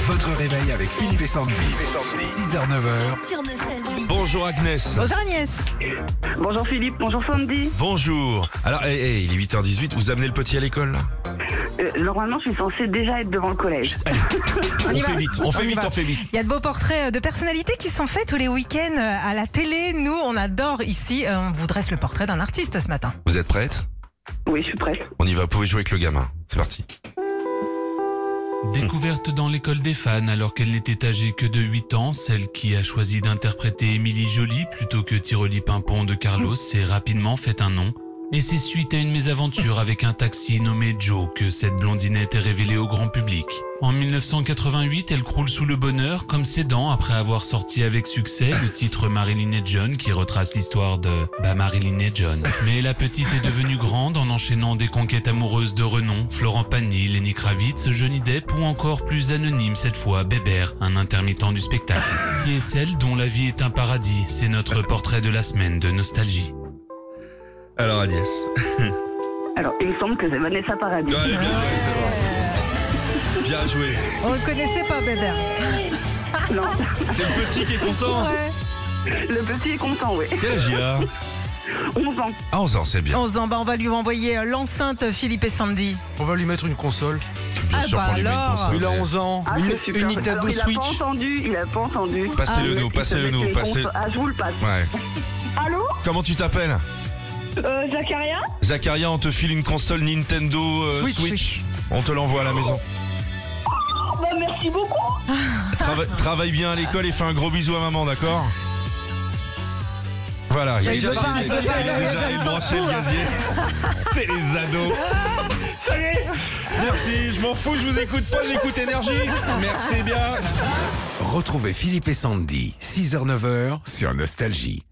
Votre réveil avec Philippe et Sandy. 6h-9h, sur Nostalgie. Bonjour Agnès. Bonjour Agnès. Bonjour Philippe, bonjour Sandy. Bonjour. Alors, hey, hey, il est 8h18, vous amenez le petit à l'école là Euh, normalement, je suis censée déjà être devant le collège. On y fait va. vite, on fait y vite, va. on fait vite. Il y a de beaux portraits euh, de personnalités qui sont faits tous les week-ends euh, à la télé. Nous, on adore ici. Euh, On vous dresse le portrait d'un artiste ce matin. Vous êtes prête Oui, je suis prête. On y va, vous pouvez jouer avec le gamin. C'est parti. Découverte dans l'école des fans alors qu'elle n'était âgée que de 8 ans, celle qui a choisi d'interpréter Émilie Jolie plutôt que Tiroli Pimpon de Carlos s'est rapidement fait un nom. Et c'est suite à une mésaventure avec un taxi nommé Joe que cette blondinette est révélée au grand public. En 1988, elle croule sous le bonheur comme ses dents après avoir sorti avec succès le titre Marilyn et John qui retrace l'histoire de bah, Marilyn et John. Mais la petite est devenue grande en enchaînant des conquêtes amoureuses de renom, Florent Pagny, Lenny Kravitz, Johnny Depp ou encore plus anonyme cette fois, Bébert, un intermittent du spectacle, qui est celle dont la vie est un paradis. C'est notre portrait de la semaine de nostalgie. Alors Agnès. Alors, il me semble que c'est Vanessa Paradis. Ouais, bien joué, c'est bon. Bien joué. On le connaissait pas, Bébert. Ah. Non, C'est le petit qui est content. Ouais. le petit est content, oui. Quel âge il a 11 ans. Ah, 11 ans, c'est bien. 11 ans, bah, on va lui envoyer l'enceinte euh, Philippe et Sandy. On va lui mettre une console. Bien Ah, sûr bah qu'on lui met une alors. console. Il a 11 ans, Ah, une, c'est super. une Nintendo Alors, il a pas Switch. entendu, il a pas entendu. Passez-le Ah, nous, il se passez-le mettait nous, une passez- contre- Ah, je vous le passe. Ouais. Allô Comment tu t'appelles euh, Zacharia Zacharia, on te file une console Nintendo euh, Switch. Switch. On te l'envoie à la maison. bah, Merci beaucoup. Trava- travaille bien à l'école et fais un gros bisou à maman, d'accord Voilà, il a Il veut déjà- pas, il il veut pas, a il veut déjà pas, il il s'en branché le fout, gazier. C'est les ados. Ça y est Merci, je m'en fous, je vous écoute pas, j'écoute énergie. Merci bien. retrouvez Philippe et Sandy. 6h-9h sur Nostalgie.